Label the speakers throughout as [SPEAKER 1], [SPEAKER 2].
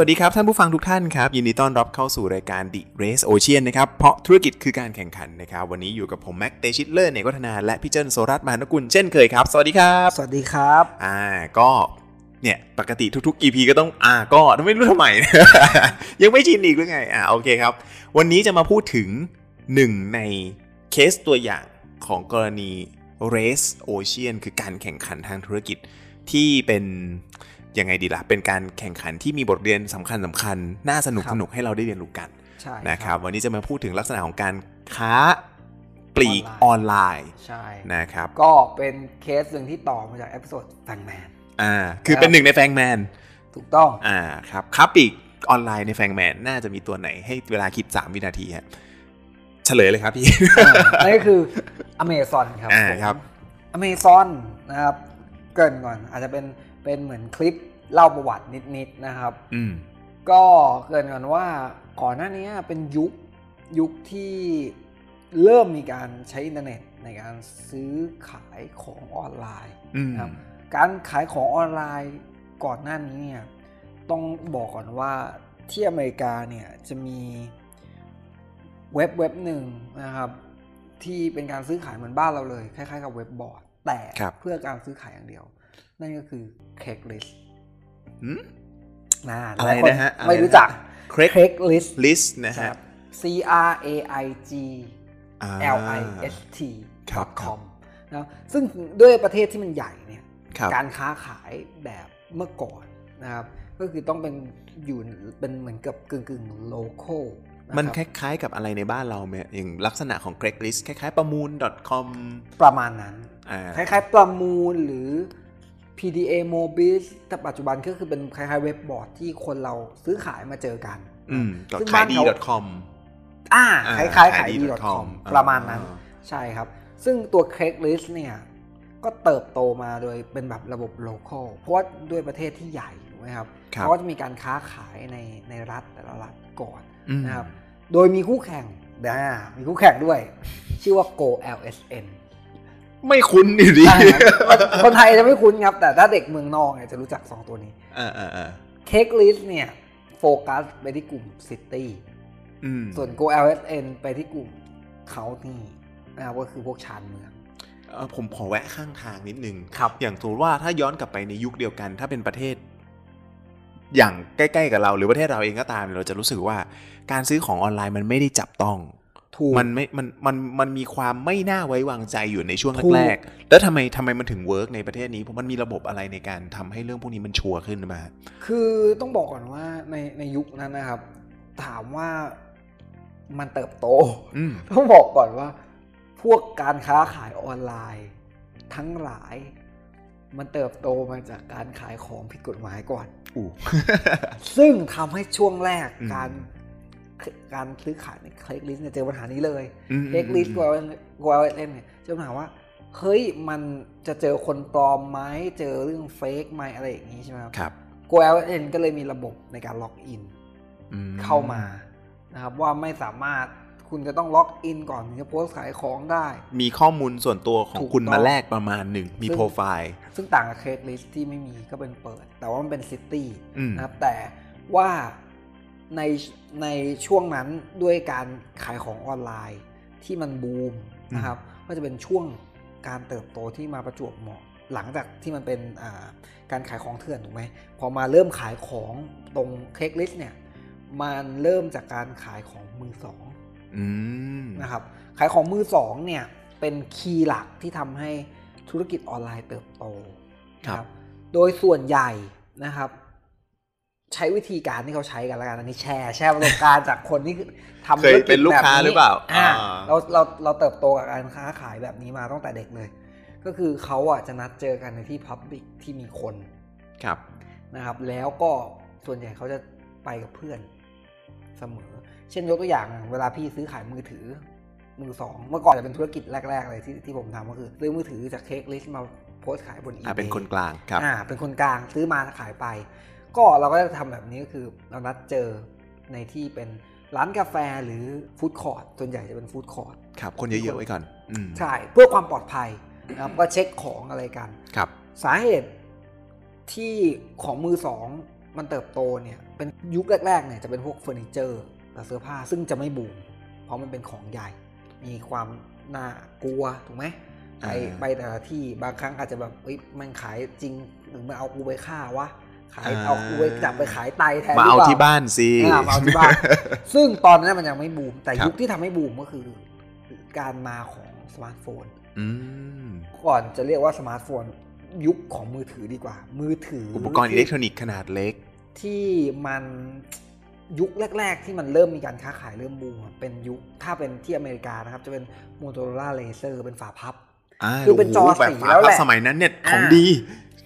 [SPEAKER 1] วัสดีครับท่านผู้ฟังทุกท่านครับ ยินดีต้อนรับเข้าสู่รายการ The Race Ocean นะครับเพราะธุรกิจคือการแข่งขันนะครับ วันนี้อยู่กับผมแม็กเตชิตเลอร์เนกวัฒนา และพี่เจิ้นโซรัตน์มหานกุลเช่นเคยครับ สวัสดีครับ
[SPEAKER 2] สวัสดีครับ
[SPEAKER 1] อ่าก็เนี่ยปกติทุกๆ EP ก็ต้องอ่าก็ไม่รู้ทำไม ยังไม่ชินอีกหรือไงอ่าโอเคครับ วันนี้จะมาพูดถึงหนึ่งในเคสตัวอย่างของกรณี Race Ocean คือการแข่งขันทางธุรกิจที่เป็นยังไงดีล่ะ เป็นการแข่งขันที่มีบทเรียนสำคัญสำคัญๆน่าสนุก
[SPEAKER 2] ครับ
[SPEAKER 1] สนุกให้เราได้เรียนรู้กัน
[SPEAKER 2] ใช่
[SPEAKER 1] นะครับวันนี้จะมาพูดถึงลักษณะของการค้าปลีกออนไลน์
[SPEAKER 2] ใช่
[SPEAKER 1] นะครับ
[SPEAKER 2] ก็เป็นเคสหนึ่งที่ต่อมาจากเอพิโซดแฟงแมน
[SPEAKER 1] อ่าคือ
[SPEAKER 2] ครับ
[SPEAKER 1] เป็นหนึ่งในแฟงแมน
[SPEAKER 2] ถูกต้อง
[SPEAKER 1] อ่าครับค้าปลีกออนไลน์ในแฟงแมนน่าจะมีตัวไหนให้เวลาคิด 3 วินาทีฮะเฉลยเลยครับพี่
[SPEAKER 2] นั่นก็คืออเมซอนครับ
[SPEAKER 1] อ่าครับ
[SPEAKER 2] อเมซอนนะครับ เกรินก่อนอาจจะเป็นเป็นเหมือนคลิปเล่าประวัตินิดๆนะครับ
[SPEAKER 1] อืม
[SPEAKER 2] ก็เกรินก่อนว่าก่อนหน้านี้เป็นยุคยุคที่เริ่มมีการใช้อินเทอร์เน็ตในการซื้อขายของออนไลน์
[SPEAKER 1] อืม
[SPEAKER 2] ครับการขายของออนไลน์ก่อนหน้านี้เนี่ยต้องบอกก่อนว่าที่อเมริกาเนี่ยจะมีเว็บเว็บหนึ่งนะครับที่เป็นการซื้อขายเหมือนบ้านเราเลย คล้ายๆกับเว็บบอร์ด แต่
[SPEAKER 1] ครับ
[SPEAKER 2] เพื่อการซื้อขายอย่างเดียว นั่นก็คือ Craigslist
[SPEAKER 1] อืม
[SPEAKER 2] นะ
[SPEAKER 1] อะไรนะฮะอะไรนะ
[SPEAKER 2] ไม่รู้จัก Craigslist
[SPEAKER 1] list นะ
[SPEAKER 2] ค
[SPEAKER 1] ฮะ
[SPEAKER 2] รับ C R A I G
[SPEAKER 1] อ่า
[SPEAKER 2] L I S T
[SPEAKER 1] ครับครับ
[SPEAKER 2] com นะครับซึ่งด้วยประเทศที่มันใหญ่เนี่ย
[SPEAKER 1] ครับ
[SPEAKER 2] การค้าขายแบบเมื่อก่อนนะครับ ก็คือต้องเป็นอยู่เป็นเหมือนกับกึ่งกึ่งโลโก้
[SPEAKER 1] มันคล้ายๆกับอะไรในบ้านเราไหมอย่างลักษณะของ Craigslist คล้ายๆประมูล .com
[SPEAKER 2] ประมาณนั้น
[SPEAKER 1] อ่า
[SPEAKER 2] คล้ายๆ ประมูลหรือ PDA Mobis แต่ปัจจุบันก็คือเป็นคล้ายๆเว็บบอร์ดที่คนเราซื้อขายมาเจอกัน
[SPEAKER 1] อืม
[SPEAKER 2] ซึ่ง
[SPEAKER 1] ขา
[SPEAKER 2] บ้าย น
[SPEAKER 1] ดี
[SPEAKER 2] เขา
[SPEAKER 1] .com
[SPEAKER 2] อ่า
[SPEAKER 1] อ่
[SPEAKER 2] คล้ายๆขายดี
[SPEAKER 1] .com
[SPEAKER 2] .com ประมาณนั้น
[SPEAKER 1] อ่
[SPEAKER 2] ใช่ครับ ซึ่งตัว Craigslist เนี่ย ก็เติบโตมาโดยเป็นแบบระบบโลเคอลเพราะว่าด้วยประเทศที่ใหญ่ถูกไหมครับ
[SPEAKER 1] ครับ
[SPEAKER 2] เขาก็จะมีการค้าขายในในรัฐแต่ละรัฐก่อน
[SPEAKER 1] อืม
[SPEAKER 2] นะครับ โดยมีคู่แข่งนะมีคู่แข่งด้วย ชื่อว่า Go LSN
[SPEAKER 1] ไม่คุ้นอยู่ดี
[SPEAKER 2] ใช่ครับคนไทยจะไม่คุ้นครับ แต่ถ้าเด็กเมืองนอกเนี่ยจะรู้จัก 2 ตัวนี้
[SPEAKER 1] อ่าอ่าอ่า
[SPEAKER 2] Craigslist เนี่ย โฟกัสไปที่กลุ่ม City
[SPEAKER 1] อืม
[SPEAKER 2] ส่วน Go LSN ไปที่กลุ่ม County นะครับก็คือพวกชานเมือง
[SPEAKER 1] เอ่อผมขอแวะข้างทางนิดนึง
[SPEAKER 2] ครับ
[SPEAKER 1] อย่างสมมติว่าถ้าย้อนกลับไปในยุคเดียวกัน ถ้าเป็นประเทศ อย่างใกล้ๆกับเราหรือประเทศเราเองก็ตามเนี่ยเราจะรู้สึกว่าการซื้อของออนไลน์มันไม่ได้จับต้อง
[SPEAKER 2] ถูก
[SPEAKER 1] มันไม่มันมันมันมีความไม่น่าไว้วางใจอยู่ในช่วง
[SPEAKER 2] ถูก
[SPEAKER 1] แรกๆแล้วทำไมทำไมมันถึงเวิร์กในประเทศนี้เพราะมันมีระบบอะไรในการทำให้เรื่องพวกนี้มันชัวร์ขึ้นมา
[SPEAKER 2] คือต้องบอกก่อนว่าในในยุคนั้นนะครับ ถามว่ามันเติบโต
[SPEAKER 1] อืม
[SPEAKER 2] ต้องบอกก่อนว่า พวกการค้าขายออนไลน์ ทั้งหลาย มันเติบโตมาจากการขายของผิดกฎหมายก่อน
[SPEAKER 1] อู้
[SPEAKER 2] ซึ่งทำให้ช่วงแรก
[SPEAKER 1] อืม
[SPEAKER 2] การการซื้อขายในเคลกลิสเนี่ยเจอปัญหานี้เลย
[SPEAKER 1] อืม
[SPEAKER 2] เคลกลิสกวาเล่นเนี่ยเจอปัญหาว่าเฮ้ยมันจะเจอคนปลอมไหมเจอเรื่องเฟกไหมอะไรอย่างนี้ใช่ไหมครับ
[SPEAKER 1] ครับ
[SPEAKER 2] g o l n ก็เลยมีระบบในการล็อกอิน
[SPEAKER 1] อืม
[SPEAKER 2] เข้ามานะครับว่าไม่สามารถคุณจะต้องล็อกอินก่อนถึงจะโพสต์ขายของได้
[SPEAKER 1] มีข้อมูลส่วนตัวของ
[SPEAKER 2] ถูก
[SPEAKER 1] คุณ
[SPEAKER 2] ต้อง
[SPEAKER 1] มาแลกประมาณหนึ่งมี
[SPEAKER 2] ซึ่ง
[SPEAKER 1] โปรไฟล์
[SPEAKER 2] ซึ่งต่างกับเคสลิสที่ไม่มีก็เป็นเปิด แต่ว่ามันเป็นซิตี้
[SPEAKER 1] อืม
[SPEAKER 2] นะครับแต่ว่าในในช่วงนั้นด้วยการขายของออนไลน์ที่มันบูมนะครับก็จะเป็นช่วงการเติบโตที่มาประจวบเหมาะ หลังจากที่มันเป็นอ่าการขายของเถื่อนถูกไหมพอมาเริ่มขายของตรงเคสลิสเนี่ยมันเริ่มจากการขายของมือสอง
[SPEAKER 1] อืม
[SPEAKER 2] นะครับขายของมือสองเนี่ยเป็นคีย์หลักที่ทำให้ธุรกิจออนไลน์เติบโตนะโดยส่วนใหญ่นะครับ ใช้วิธีการที่เขาใช้กันแล้วกันอันนี้แชร์แชร์ประสบการณ์ จากคนที่ทำ
[SPEAKER 1] เคยเป็นลูกค้าหรือเปล่า
[SPEAKER 2] อ่า
[SPEAKER 1] อ่า
[SPEAKER 2] เราเราเราเติบโตกับการค้าขายแบบนี้มาตั้งแต่เด็กเลย ก็คือเขาอ่ะจะนัดเจอกันในที่พับบิกที่มีคน
[SPEAKER 1] ครับ
[SPEAKER 2] นะครับ แล้วก็ส่วนใหญ่เขาจะไปกับเพื่อนเสมอ เช่นยกตัวอย่างเวลาพี่ซื้อขายมือถือ มือสองเมื่อก่อนจะเป็นธุรกิจแรก ๆ เลยที่ที่ผมทำก็คือ ซื้อมือถือจากเคกลิสมาโพสต์ขายบนอี
[SPEAKER 1] อ่าเป็นคนกลางครับ
[SPEAKER 2] อ่าเป็นคนกลางซื้อมาขายไป ก็เราก็จะทำแบบนี้ก็คือเรานัดเจอในที่เป็นร้านกาแฟหรือฟู้ดคอร์ทส่วนใหญ่จะเป็นฟู้ดคอร์ท
[SPEAKER 1] ครับ คนเยอะๆไว้ก่อน อืม
[SPEAKER 2] ใช่ เพื่อความปลอดภัยนะครับก็เช็คของอะไรกัน
[SPEAKER 1] ครับ
[SPEAKER 2] สาเหตุที่ของมือสอง มันเติบโตเนี่ยเป็นยุคแรกๆเนี่ยจะเป็นพวกเฟอร์นิเจอร์และเสื้อผ้าซึ่งจะไม่บูมเพราะมันเป็นของใหญ่ มีความน่ากลัวถูกไหม
[SPEAKER 1] อ่า
[SPEAKER 2] ไปไปแต่ละที่บางครั้งอาจจะแบบเอ้ยมันขายจริงหรือมันเอากูไปฆ่าวะขายเอากูไปจับไปขายไตแทน
[SPEAKER 1] มาเอา
[SPEAKER 2] หรืปล่
[SPEAKER 1] ที่บ้านสิ
[SPEAKER 2] อ่ามาเอาที่บ้าน ซึ่งตอนนั้นมันยังไม่บูม แต่
[SPEAKER 1] ครับ
[SPEAKER 2] ยุคที่ทำให้บูมก็คือ การมาของสมาร์ทโฟน
[SPEAKER 1] อืม
[SPEAKER 2] ก่อนจะเรียกว่าสมาร์ทโฟน ยุคของมือถือดีกว่า มือถือ
[SPEAKER 1] อุ
[SPEAKER 2] อุ
[SPEAKER 1] ปกรณ์อิเล็กทรอนิกส์ขนาดเล็ก
[SPEAKER 2] ที่มันยุคแรก ๆ ที่มันเริ่มมีการค้าขายเริ่มบูมอะเป็นยุคถ้าเป็นที่อเมริกานะครับ จะเป็น Motorola Laser เป็นฝาพับ
[SPEAKER 1] อ่า
[SPEAKER 2] คือเป็นจอ
[SPEAKER 1] โโห
[SPEAKER 2] สีแล้วแหละ
[SPEAKER 1] บบสมัยนั้นเนี่ยของ
[SPEAKER 2] อ่า
[SPEAKER 1] ดี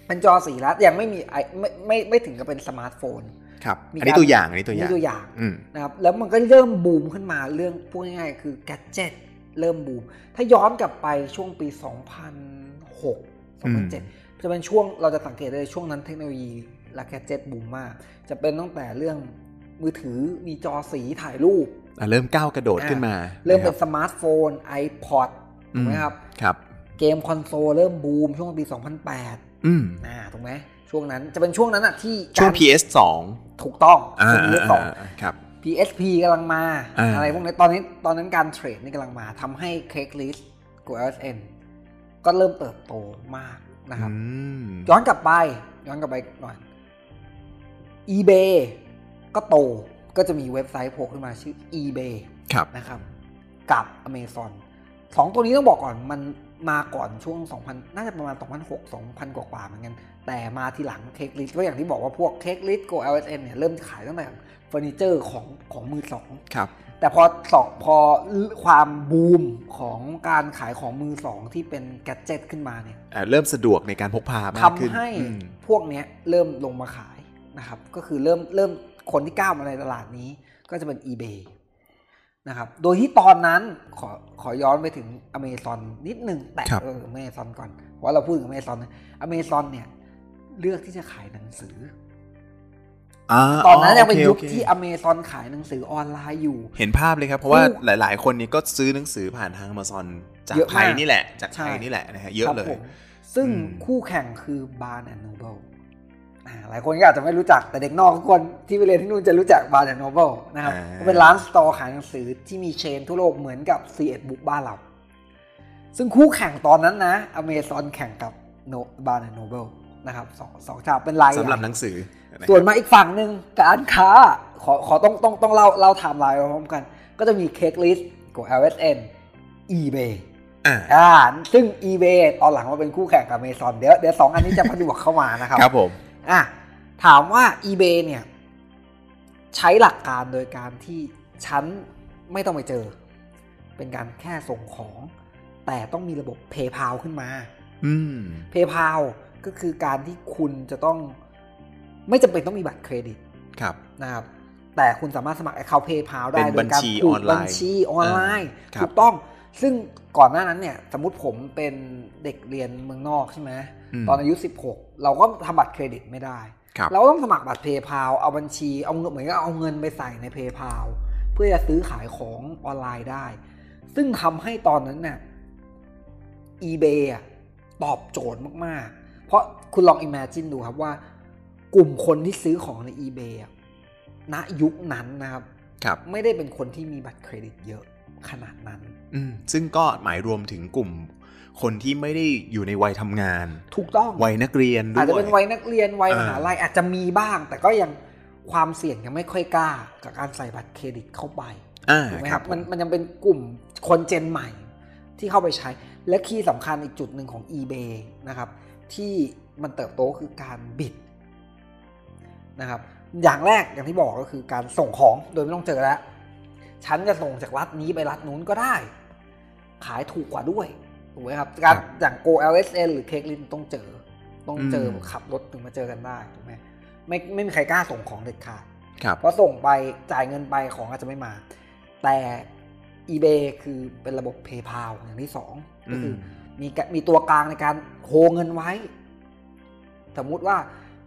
[SPEAKER 2] เป็นจอสีแล้วยังไม่มีไอไม่ไม่ไม่ถึงกับเป็นสมาร์ทโฟน
[SPEAKER 1] ครับ
[SPEAKER 2] มี
[SPEAKER 1] อันนี้
[SPEAKER 2] การ
[SPEAKER 1] ตัวอย่างอันนี้ตัวอย่าง
[SPEAKER 2] นี่ตัวอย่าง
[SPEAKER 1] อืม
[SPEAKER 2] นะครับแล้วมันก็เริ่มบูมขึ้นมาเรื่องพูดง่ายๆคือ g a d g e t เริ่มบูม ถ้าย้อนกลับไปช่วงปี 2006
[SPEAKER 1] อืม
[SPEAKER 2] 2007 จะเป็นช่วงเราจะสังเกตได้เลยช่วงนั้นเทคโนโลยีและ g a d g e t บูมมาก จะเป็นตั้งแต่เรื่องมือถือมีจอสีถ่ายรูป
[SPEAKER 1] อ่ะเริ่มก้าวกระโดด
[SPEAKER 2] อ่า
[SPEAKER 1] ขึ้นมา
[SPEAKER 2] เริ่มเป็น
[SPEAKER 1] นะค
[SPEAKER 2] ส
[SPEAKER 1] บ
[SPEAKER 2] มาร์ทโฟน iPod ถูกไหมครับ
[SPEAKER 1] อืครับ
[SPEAKER 2] เกมคอนโซลเริ่มบูมช่วงปี 2008
[SPEAKER 1] อืม
[SPEAKER 2] อ่าถูกไหมช่วงนั้นจะเป็นช่วงนั้นอะที่
[SPEAKER 1] ช่วง
[SPEAKER 2] การ
[SPEAKER 1] PS 2
[SPEAKER 2] ถูกต้อง
[SPEAKER 1] อ่า
[SPEAKER 2] ช่วงนี้สอง
[SPEAKER 1] อ่าครับ
[SPEAKER 2] PSP กำลังมา
[SPEAKER 1] อ่า
[SPEAKER 2] อะไรพวกนี้ตอนนี้ตอนนั้นการเทรดนี่กำลังมาทำให้ Craigslist กับ LSN ก็เริ่มเติบโตมากนะครับ
[SPEAKER 1] อืม
[SPEAKER 2] ย้อนกลับไป ย้อนกลับไปหน่อย eBay ก็โตก็จะมีเว็บไซต์โผล่ขึ้นมาชื่อ eBay
[SPEAKER 1] ครับ
[SPEAKER 2] นะครับ กับ Amazon สองตัวนี้ต้องบอกก่อนมันมาก่อนช่วง 2000 น่าจะประมาณ 2006 2000 กว่าๆเหมือนกัน แต่มาทีหลังเค้กลิสก็อย่างที่บอกว่าพวกเค้กลิสโก LSN เนี่ยเริ่มขายตั้งแต่เฟอร์นิเจอร์ของของมือสอง
[SPEAKER 1] ครับ
[SPEAKER 2] แต่พอสองพอความบูมของการขายของมือสองที่เป็นแกดเจิตขึ้นมาเนี่ย
[SPEAKER 1] อ่าเริ่มสะดวกในการพกพามากขึ้น
[SPEAKER 2] ทำให้
[SPEAKER 1] อืม
[SPEAKER 2] พวกเนี้ยเริ่มลงมาขายนะครับ ก็คือเริ่มเริ่มคนที่ก้าวมาในตลาดนี้ก็จะเป็น eBay นะครับ โดยที่ตอนนั้นขอขอย้อนไปถึง Amazon นิดหนึ่งแต่เออ Amazon ก่อนเพราะว่าเราพูดถึง Amazon นะ Amazon เนี่ยเลือกที่จะขายหนังสือ
[SPEAKER 1] อ่า
[SPEAKER 2] ตอนนั้นยังเป็น
[SPEAKER 1] โอ
[SPEAKER 2] ยุค
[SPEAKER 1] โอ
[SPEAKER 2] ที่ Amazon ขายหนังสือออนไลน์อยู่
[SPEAKER 1] เห็นภาพเลยครับ เพราะว่าหลาย ๆ คนเนี่ยก็ซื้อหนังสือผ่านทาง Amazon จาก
[SPEAKER 2] เยอะมาก
[SPEAKER 1] ไทยนี่แหละ จาก
[SPEAKER 2] ใช่
[SPEAKER 1] ไทยนี่แหละนะฮะเยอะ
[SPEAKER 2] ครับ
[SPEAKER 1] เลย
[SPEAKER 2] ผมซึ่ง
[SPEAKER 1] อืม
[SPEAKER 2] คู่แข่งคือบาร์แอนโนเบิลหลายคนก็อาจจะไม่รู้จักแต่เด็กนอกทุกคนที่ไปเรียนที่นู่นจะรู้จักบาร์แอนโนเบิลนะครับก็เป็นร้านสตอร์ขายหนังสือที่มีเชนทั่วโลกเหมือนกับ c ีเอ็ดบุ๊กบ้านเรา ซึ่งคู่แข่งตอนนั้นนะอเมซอนแข่งกับโบาร์แอนโนเบิลนะครับสองสองเจ้าเป็นรายใญ่
[SPEAKER 1] สำหรับหนังสือนะครับ
[SPEAKER 2] ส่วนมาอีกฝั่งหนึ่งการค้าขอขอต้องต้องต้องเล่าเล่าไทม์ไลน์พร้อมกัน ก็จะมีเค้กลิสกับ LSN eBay
[SPEAKER 1] อ่า
[SPEAKER 2] อ่าซึ่ง eBay ตอนหลังมาเป็นคู่แข่งกับ Amazon เดี๋ยวเดี๋ยวสองอันนี้จะผนวกเข้ามานะครับ
[SPEAKER 1] ครับผม
[SPEAKER 2] อ่ะถามว่า eBay เนี่ยใช้หลักการโดยการที่ฉันไม่ต้องไปเจอ เป็นการแค่ส่งของ แต่ต้องมีระบบ PayPal ขึ้นมา
[SPEAKER 1] อืม
[SPEAKER 2] PayPal ก็คือการที่คุณจะต้องไม่จำเป็นต้องมีบัตรเครดิต
[SPEAKER 1] ครับ
[SPEAKER 2] นะครับแต่คุณสามารถสมัคร Account PayPal ได้
[SPEAKER 1] เป็น
[SPEAKER 2] โดยการ
[SPEAKER 1] บัญชี
[SPEAKER 2] ผู
[SPEAKER 1] อก อนไลน์
[SPEAKER 2] บัญชีออนไลน์
[SPEAKER 1] อ่าครับ
[SPEAKER 2] ถูกต้องซึ่งก่อนหน้านั้นเนี่ยสมมติผมเป็นเด็กเรียนเมืองนอกใช่ไหม
[SPEAKER 1] ม
[SPEAKER 2] ตอนอายุ 16 เราก็ทำบัตรเครดิตไม่ได้
[SPEAKER 1] ครับ
[SPEAKER 2] เราต้องสมัครบัตร PayPal เอาบัญชีเอาเงินเหมือนกับเอาเงินไปใส่ใน PayPal เพื่อจะซื้อขายของออนไลน์ได้ ซึ่งทำให้ตอนนั้นเนี่ย eBay อะตอบโจทย์มาก ๆ เพราะคุณลอง imagine ดูครับว่ากลุ่มคนที่ซื้อของใน eBay อะณยุคนั้นนะครับ
[SPEAKER 1] ครับ
[SPEAKER 2] ไม่ได้เป็นคนที่มีบัตรเครดิตเยอะขนาดนั้น
[SPEAKER 1] อืม ซึ่งก็หมายรวมถึงกลุ่ม คนที่ไม่ได้อยู่ในวัยทำงาน
[SPEAKER 2] ถูกต้อง
[SPEAKER 1] วัยนักเรียนด้วย
[SPEAKER 2] อาจจะเป็นวัยนักเรียนวัย
[SPEAKER 1] เออ
[SPEAKER 2] มหาลัยอาจจะมีบ้าง แต่ก็ยังความเสี่ยงยังไม่ค่อยกล้า กับการใส่บัตรเครดิตเข้าไป
[SPEAKER 1] อ่า
[SPEAKER 2] ถูกไหม
[SPEAKER 1] ค
[SPEAKER 2] ค
[SPEAKER 1] รั
[SPEAKER 2] รั
[SPEAKER 1] บบ มั
[SPEAKER 2] มัน นมันยังเป็นกลุ่มคนเจนใหม่ที่เข้าไปใช้ และคีย์สำคัญอีกจุดหนึ่งของ eBay นะครับ ที่มันเติบโตคือการบิดนะครับ อย่างแรกอย่างที่บอกก็คือการส่งของโดยไม่ต้องเจอแล้ว ฉันจะส่งจากรัฐนี้ไปรัฐนู้นก็ได้ ขายถูกกว่าด้วยถูกไหมครับการ
[SPEAKER 1] ครับ
[SPEAKER 2] อย่าง Go LSN หรือ c a k e l i n ต้องเจอ ต้องเจออ
[SPEAKER 1] ม
[SPEAKER 2] ขับรถถึงมาเจอกันได้ถูกไหมไม่ไม่มีใครกล้าส่งของเด็ดขาด
[SPEAKER 1] ครับ
[SPEAKER 2] เพราะส่งไปจ่ายเงินไปของอาจจะไม่มา แต่ eBay คือเป็นระบบ PayPal อย่างที่สองก็คืออ
[SPEAKER 1] ม
[SPEAKER 2] มีกะมีตัวกลางในการโฮเงินไว้ สมมุติว่า